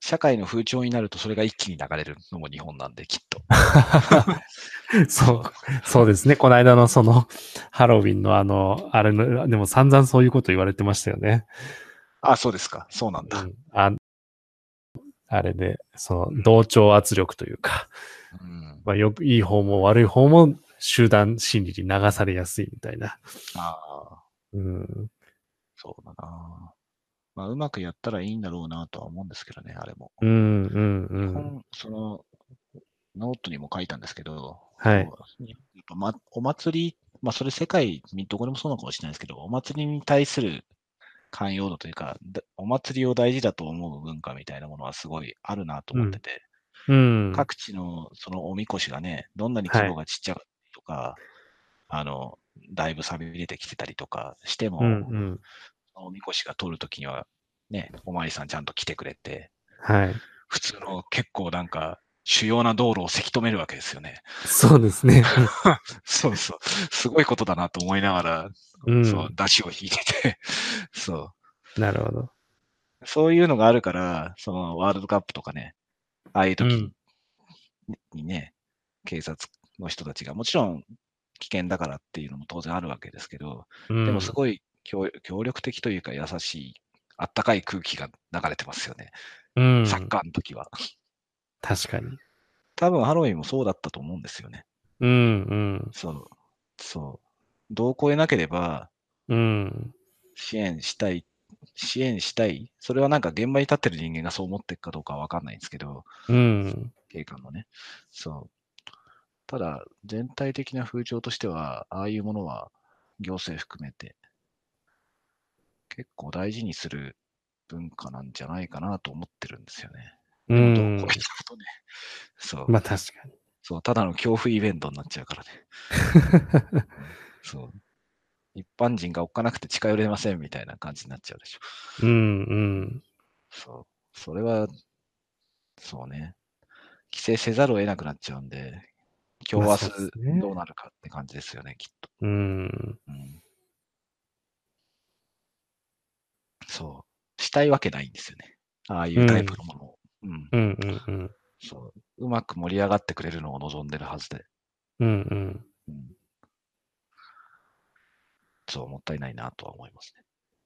社会の風潮になるとそれが一気に流れるのも日本なんで、きっと。 そう、そうですね。この間のその、 ハロウィンのあの、あれの、でも散々そういうこと言われてましたよね。あ、そうですか。そうなんうだ。ん、ああれで、その、同調圧力というか、うん、まあ、よく、いい方も悪い方も集団心理に流されやすいみたいな。ああ、うん。そうだな。まあ、うまくやったらいいんだろうなとは思うんですけどね、あれも。うん、うん、う日ん。本その、ノートにも書いたんですけど、はいこうやっぱまお祭り、まあ、それ世界、どこでもそうなのかもしれないですけど、お祭りに対する寛容度というか、だお祭りを大事だと思う文化みたいなものはすごいあるなと思ってて、うん。各地のそのおみこしがね、どんなに規模がちっちゃかったりとか、あの、だいぶ錆びれてきてたりとかしても、うん、うん。おみこしが通るときには、ね、おまりさんちゃんと来てくれて、はい。普通の結構なんか主要な道路をせき止めるわけですよね。そうで すね。そうそう。すごいことだなと思いながら、うん。そう、出汁を引いてて、 そう。なるほど。そういうのがあるから、そのワールドカップとかね、ああいう時、うんにね、警察の人たちが、もちろん危険だからっていうのも当然あるわけですけど、うんでもすごい協協力的というか優しい、あったかい空気が流れてますよね。うん、サッカーの時は。確かに。多分ハロウィンもそうだったと思うんですよね。うん、そう。そう。同行でなければうん、うん。支援したい、支援したい。それはなんか現場に立ってる人間がそう思ってるかどうかはわかんないんですけど、うん、警官のね。そう。ただ、全体的な風潮としては、ああいうものは行政含めて結構大事にする文化なんじゃないかなと思ってるんですよね。うん同行。しちゃうとね。そう。まあ確 かに。そう、ただの恐怖イベントになっちゃうからね。そう。一般人がおっかなくて近寄れませんみたいな感じになっちゃうでしょ。うん、うん。そう。それは、そうね。規制せざるを得なくなっちゃうんで、今日ま明あそうですね日どうなるかって感じですよね、きっと。うん、うん。そう。したいわけないんですよね。ああいうタイプのものを。うん。うん、うん、うん。そう。うまく盛り上がってくれるのを望んでるはずで。うん、うん。うんそう、もったいないなとは思います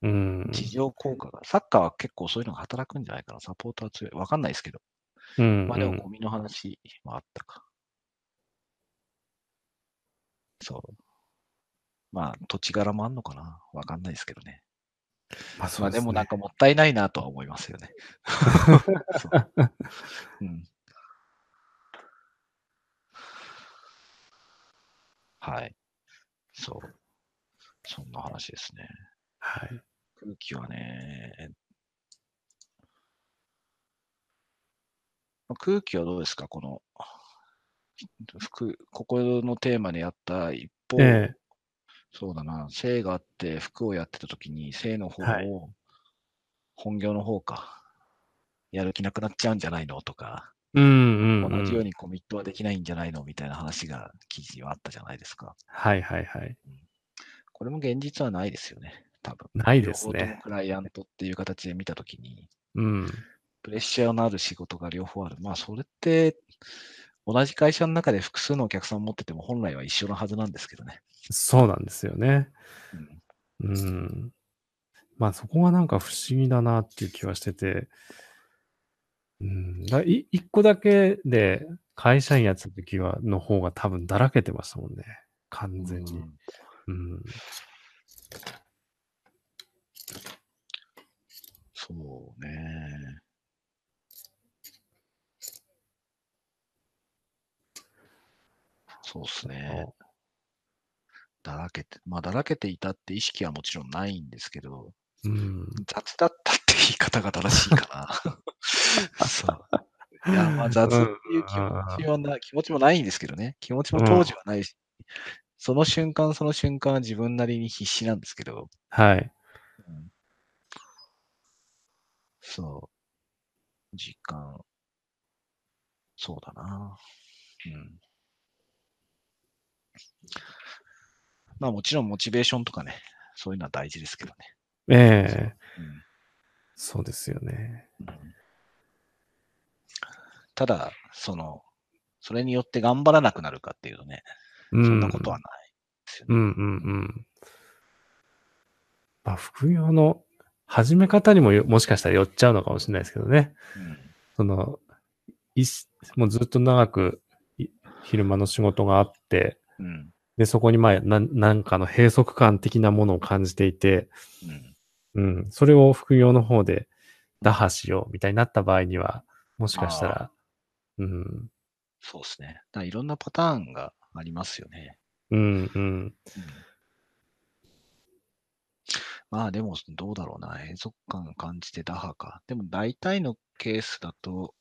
ね。うん、地上効果が、サッカーは結構そういうのが働くんじゃないかな。サポーター強い。わかんないですけど。うん。まあでも、ゴミの話もあったか。そう。まあ、土地柄もあんのかな。わかんないですけどね。まあまそあうですねもなんかもったいないなとは思います よね。そううん、はい。そう。そんな話ですね。はい。空気はね、まあ空気はどうですかこの、服、ここのテーマにあった一方、ええ。そうだな、性があって服をやってた時に性の方を、はい本業の方か、やる気なくなっちゃうんじゃないのとか、うん、うん。同じように。にコミットはできないんじゃないのみたいな話が記事にはあったじゃないですか。はい、はい、はい。これも現実はないですよね、多分。ないです両方ともね。クライアントっていう形で見たときに、うん。プレッシャーのある仕事が両方ある。まあ、それって、同じ会社の中で複数のお客さんを持ってても本来は一緒のはずなんですけどね。そうなんですよね。うんうん。まあそこがなんか不思議だなっていう気はしてて、うん、だい一個だけで会社員やってた時は、の方が多分だらけてましたもんね。完全に。うん。そうね。そうですね。だらけて、まあ、だらけていたって意識はもちろんないんですけど、うん。雑だったって言い方が正しいか な。そう。いや、まあ、雑っていう気持ちはな、気持ちもないんですけどね。気持ちも当時はないし、その瞬間その瞬間は自分なりに必死なんですけど、はい。そう。時間。そうだな。うん。まあもちろんモチベーションとかね、そういうのは大事ですけどね。ええうんそうですよね。ただ、その、それによって頑張らなくなるかっていうとね、そそんなことはないですようね。んうんうん。まあ、副業の始め方にもよもしかしたら寄っちゃうのかもしれないですけどね。うんその、いしもうずっと長くい昼間の仕事があって、うん。で、そこにまあ、なんなんかの閉塞感的なものを感じていて、うん。うん、それを副業の方で打破しようみたいになった場合には、もしかしたら、うん、そうですね。だからいろんなパターンがありますよね。うん、うん、まあでも、どうだろうな。閉塞感を感じて打破か。でも大体のケースだと、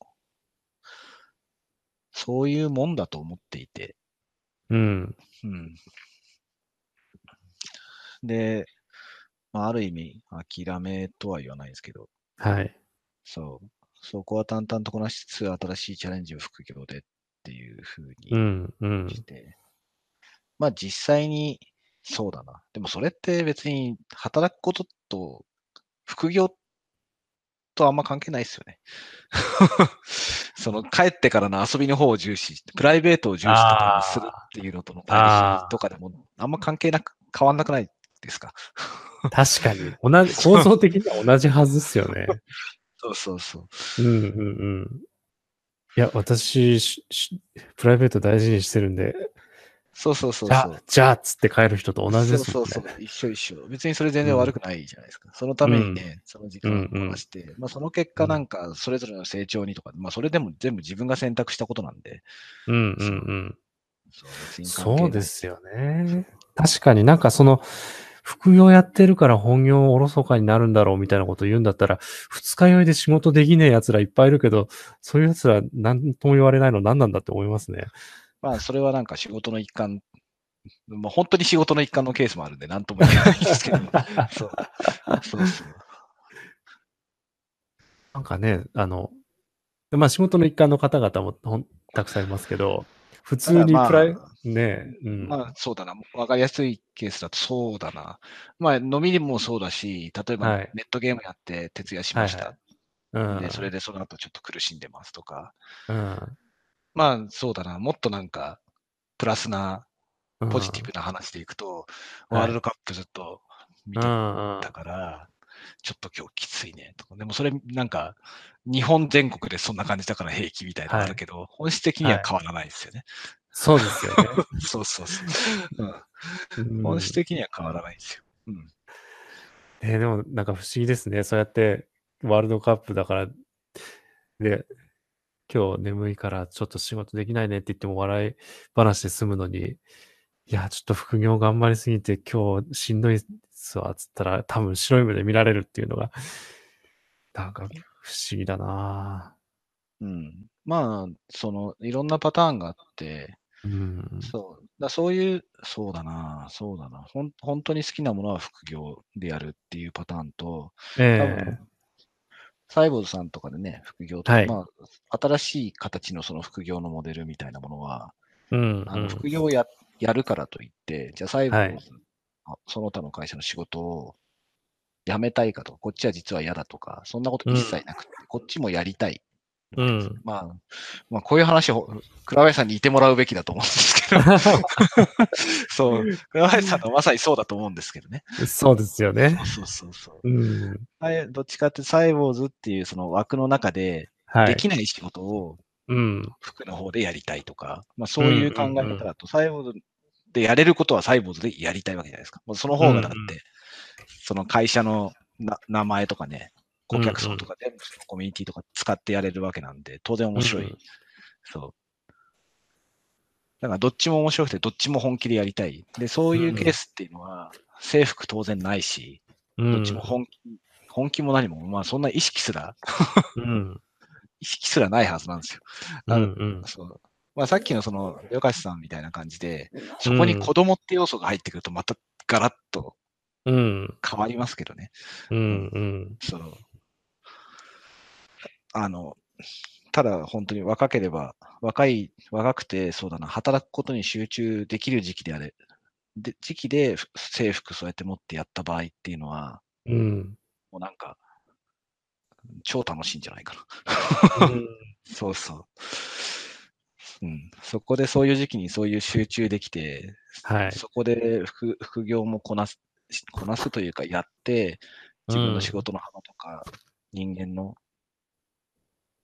そういうもんだと思っていて。うん、うん。で、まあ、ある意味、諦めとは言わないですけど、はい。そう。そこは淡々とこなしつつ、新しいチャレンジを副業でっていうふううにん、 うん、して、まあ実際に、そうだな。でもそれって別に働くことと副業とあんま関係ないですよね。 その帰ってからの遊びの方を重視、プライベートを重視とかにするっていうのとの対比とかでも、あんま関係なく、変わんなくないですか。確かに。同じ、構造的には同じはずですよ ね。。そうそうそううんうんうん。いや、私、ししプライベート大事にしてるんで、そうそうそうじゃそあう。、じゃあっつって帰る人と同じですそもうんね。そうそう、一緒一緒。別にそれ全然悪くないじゃないですか。そのためにね、その時間を回して、まあその結果なんか、それぞれの成長にとか、まあそれでも全部自分が選択したことなんで、うんうんうん。そう別に関係ないそうですよね。確かになんかその、副業やってるから本業をおろそかになるんだろうみたいなこと言うんだったら、二日酔いで仕事できねえ奴らいっぱいいるけど、そういう奴ら何とも言われないの何なんだって思いますね。まあそれはなんか仕事の一環、まあ本当に仕事の一環のケースもあるんで、なんとも言えないですけ ど、そうそうそう。なんかね、あの、でまあ仕事の一環の方々もほんたくさんいますけど、普通にただプまあライ、ねえ、うん。まあそうだな、わかりやすいケースだとそうだな。まあ飲みにもそうだし、例えばはいネットゲームやって徹夜しました。うん、で、それでその後ちょっと苦しんでますとか、うん、まあそうだな、もっとなんか、プラスな、うんポジティブな話でいくと、はいワールドカップずっと見てうたんうんから、ちょっと今日きついねとか、でもそれなんか、日本全国でそんな感じだから平気みたいなんだけど、本質的には変わらないですよね。 そうですよね。そうそうそう、ううんん。本質的には変わらないですよ。うん、ねえでもなんか不思議ですね。そうやってワールドカップだから、で、今日眠いからちょっと仕事できないねって言っても笑い話で済むのに、いや、ちょっと副業頑張りすぎて今日しんどいっすわっつったら多分白い目で見られるっていうのが、なんか不思議だなうん、まあ、その、いろんなパターンがあって、ぁうん。そう。だそういう、そうだな、そうだなほん。本当に好きなものは副業でやるっていうパターンと、多え分サイボーズさんとかでね、副業とか、はいまあ、新しい形のその副業のモデルみたいなものは、えうん、あうのん副業をややるからといって、じゃあサイボーズ、あその他の会社の仕事を辞めたいかとか、こっちは実は嫌だとか、そんなこと一切なくて、こっちもやりたい。うん。まあ、まあ、こういう話を、倉林さんにいてもらうべきだと思うんですけど。そう、倉林さんのまさにそうだと思うんですけどね。 そうですよね。そうそうそう。うん。はいどっちかってサイボーズっていうその枠の中で、はい。できない仕事をうん。服の方でやりたいとか、まあそういう考え方だと、サイボーズでやれることはサイボーズでやりたいわけじゃないですか。もうその方がだって、うんうんその会社のな名前とかね、顧客うんう層んとか全部そのコミュニティとか使ってやれるわけなんで、当然面白い。うんそう。だからどっちも面白くて、どっちも本気でやりたい。で、そういうケースっていうのは、制服当然ないし、うん。どっちも本気、本気も何も、まあそんな意識すら、うん。意識すらないはずなんですよ。うあのん。うん。そうまあ、さっきのその、よかしさんみたいな感じで、そこに子供って要素が入ってくると、またガラッとうん。変わりますけどね。うん。うん。その、あの、ただ本当に若ければ、若い、若くて、そうだな、働くことに集中できる時期であれ、で時期でふ制服そうやって持ってやった場合っていうのは、うん。もうなんか、超楽しいんじゃないかな。そうそう。うん、そこでそういう時期にそういう集中できて、はい。そこで副副業もこなす、しこなすというか、やって、自分うんの仕事の幅とか、人間の、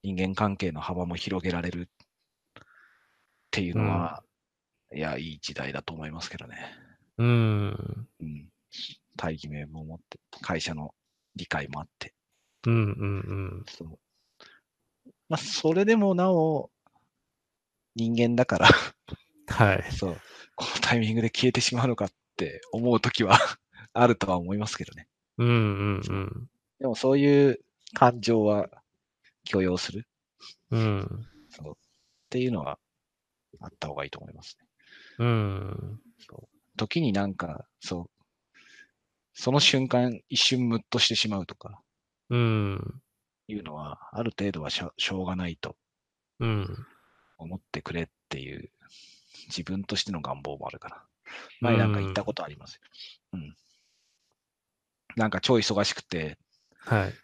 人間関係の幅も広げられるっていうのは、いや、いい時代だと思いますけどね。うん。うん。大義名も持って、会社の理解もあって。うん。うん。そうまあ、それでもなお、人間だから、はい。そう、このタイミングで消えてしまうのかって思うときは あるとは思いますけどね。うん。うん。でもそういう感情は許容するうん。そうっていうのはあった方がいいと思いますね。うん。時になんか、そう、その瞬間一瞬ムッとしてしまうとかうん。いうのは、ある程度はしょしょうがないとうん。思ってくれっていう自分としての願望もあるから。前なんか言ったことありますよ。うん。なんか超忙しくて、はい。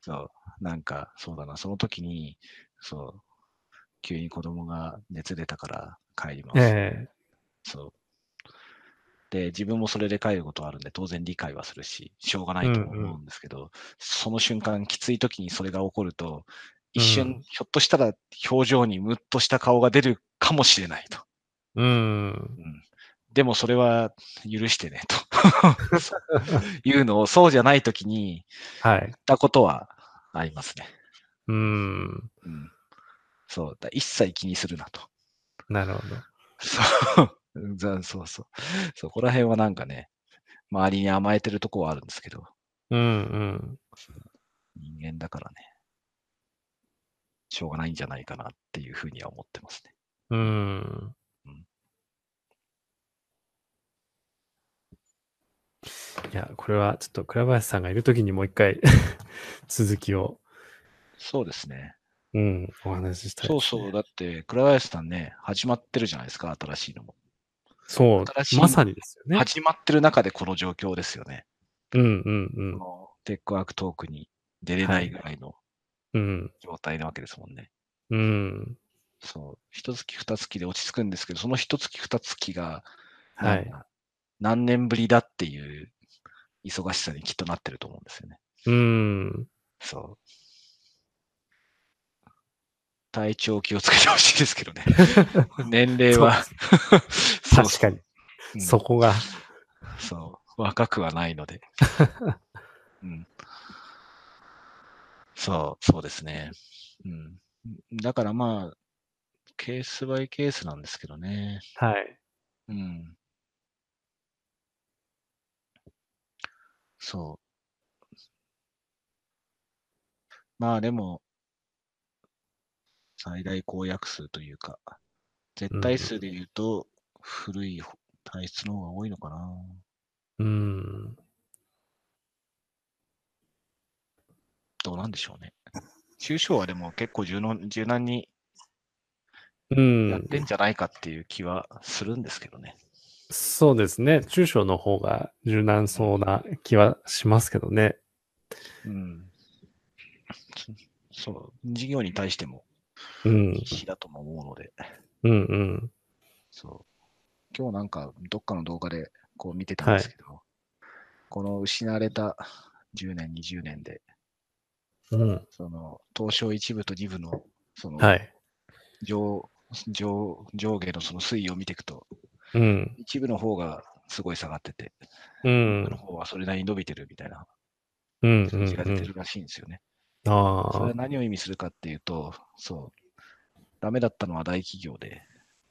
そう、なんか、そうだな、その時に、そう、急に子供が熱出たから帰ります。えそう。で、自分もそれで帰ることはあるんで、当然理解はするし、しょうがないとも思うんですけど、その瞬間、きつい時にそれが起こると、一瞬、うんひょっとしたら表情にムッとした顔が出るかもしれないと。えうん。うんでもそれは許してね と そういうのを、そうじゃない時にはい言っ。たことはありますね。うん。うん、そうだ、一切気にするなと。なるほど。そううん ざそうそう。そこら辺はなんかね、周りに甘えてるとこはあるんですけど、うん人間だからね、しょうがないんじゃないかなっていうふうには思ってますね。うん。うん。いや、これはちょっと倉林さんがいるときにもう一回続きを、そうですね。うん、お話ししたいですそね、うそう。だって、倉林さんね、始まってるじゃないですか、新しいのも。そう新しいまさにですよね。始まってる中でこの状況ですよね。うんうこんのテックワークトークに出れないぐらいのうん。うん。状態なわけですもんね。うん。そう。一月二月で落ち着くんですけど、その一月二月が、はなんい。か何年ぶりだっていう忙しさにきっとなってると思うんですよね。うん。そう。体調気をつけてほしいです けどね。年齢は。そう確かに。うんそこが。そう。若くはない ので。うん、そう、そうですね。うん、だからまあ、ケースバイケースなんですけどね。はい。うん。そう。まあでも、最大公約数というか、絶対数で言うと、古い方体質の方が多いのかな。うん。どうなんでしょうね。中小はでも結構柔軟柔軟にうやっん。てんじゃないかっていう気はするんですけどね。そうですね。中小の方が柔軟そうな気はしますけどね。うん。そう、事業に対してもうん。必死だとも思うので。うんうん。そう。今日なんか、どっかの動画でこう見てたんですけど、この失われた10年、20年で、うん。その、東証一部と二部の、そのはい。上、上、上下のその推移を見ていくと、うん。一部の方がすごい下がってて、う二部のん。方はそれなりに伸びてるみたいなうん。うんう数字が出てん。るらしいんですよね。それあはあ。何を意味するかっていうと、そう、ダメだったのは大企業で、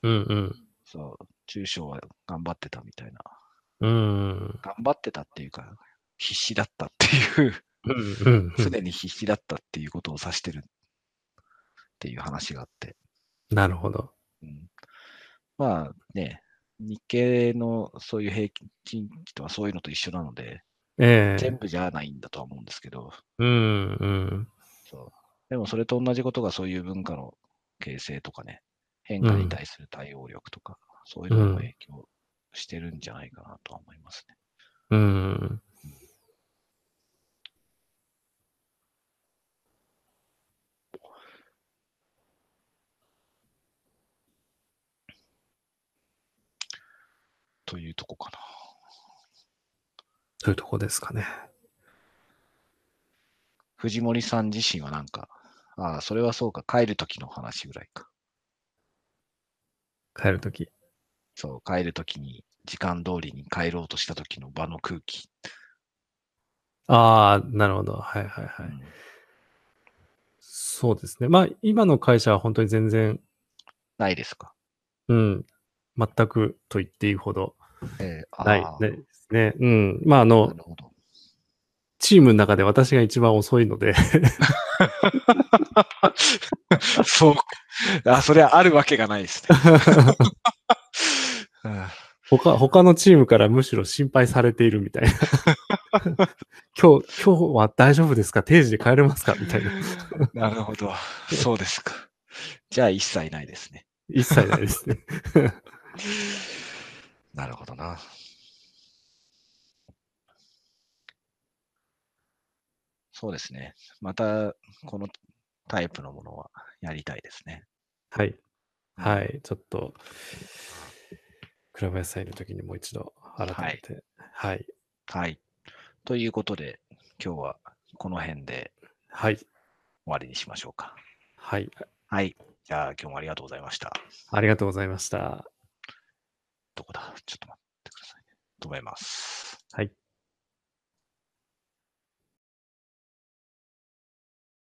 うんそう、中小は頑張ってたみたいな。うん。うん。頑張ってたっていうか、必死だったっていう、うんうんうん。常に必死だったっていうことを指してるっていう話があって、なるほど。うん、まあね、日経のそういう平均値とはそういうのと一緒なので、ええ全部じゃないんだとは思うんですけど、うんうん。そうでもそれと同じことがそういう文化の形成とかね、変化に対する対応力とか、そういうのにも影響してるんじゃないかなとは思いますね。うん。というとこかな。そういうとこですかね。藤森さん自身はなんか、ああ、それはそうか、帰る時の話ぐらいか。帰るとき。そう、帰る時に、時間通りに帰ろうとした時の場の空気。ああ、なるほど。はいはいはい。うんそうですね。まあ、今の会社は本当に全然、ないですか。うん、全くと言っていいほどえーあないあないですね。うん。まあ、あなのる、ほど。 チームの中で私が一番遅いので、 そうか。あ、それはあるわけがないです ね。うん他、他のチームからむしろ心配されているみた いな。今日、今日は大丈夫ですか定時で帰れますかみたいなな。るほど。そうですか。じゃあ、一切ないですね。一切ないです ね。なるほどな。そうですね。また、このタイプのものはやりたいですね。はい。はい。ちょっと、倉林さんいるときにもう一度改めて。はい。はい。ということで、今日はこの辺ではい。終わりにしましょうか。はい。はい。じゃあ、今日もありがとうございました。ありがとうございました。どこだちょっと待ってくださいね。止めます。はい。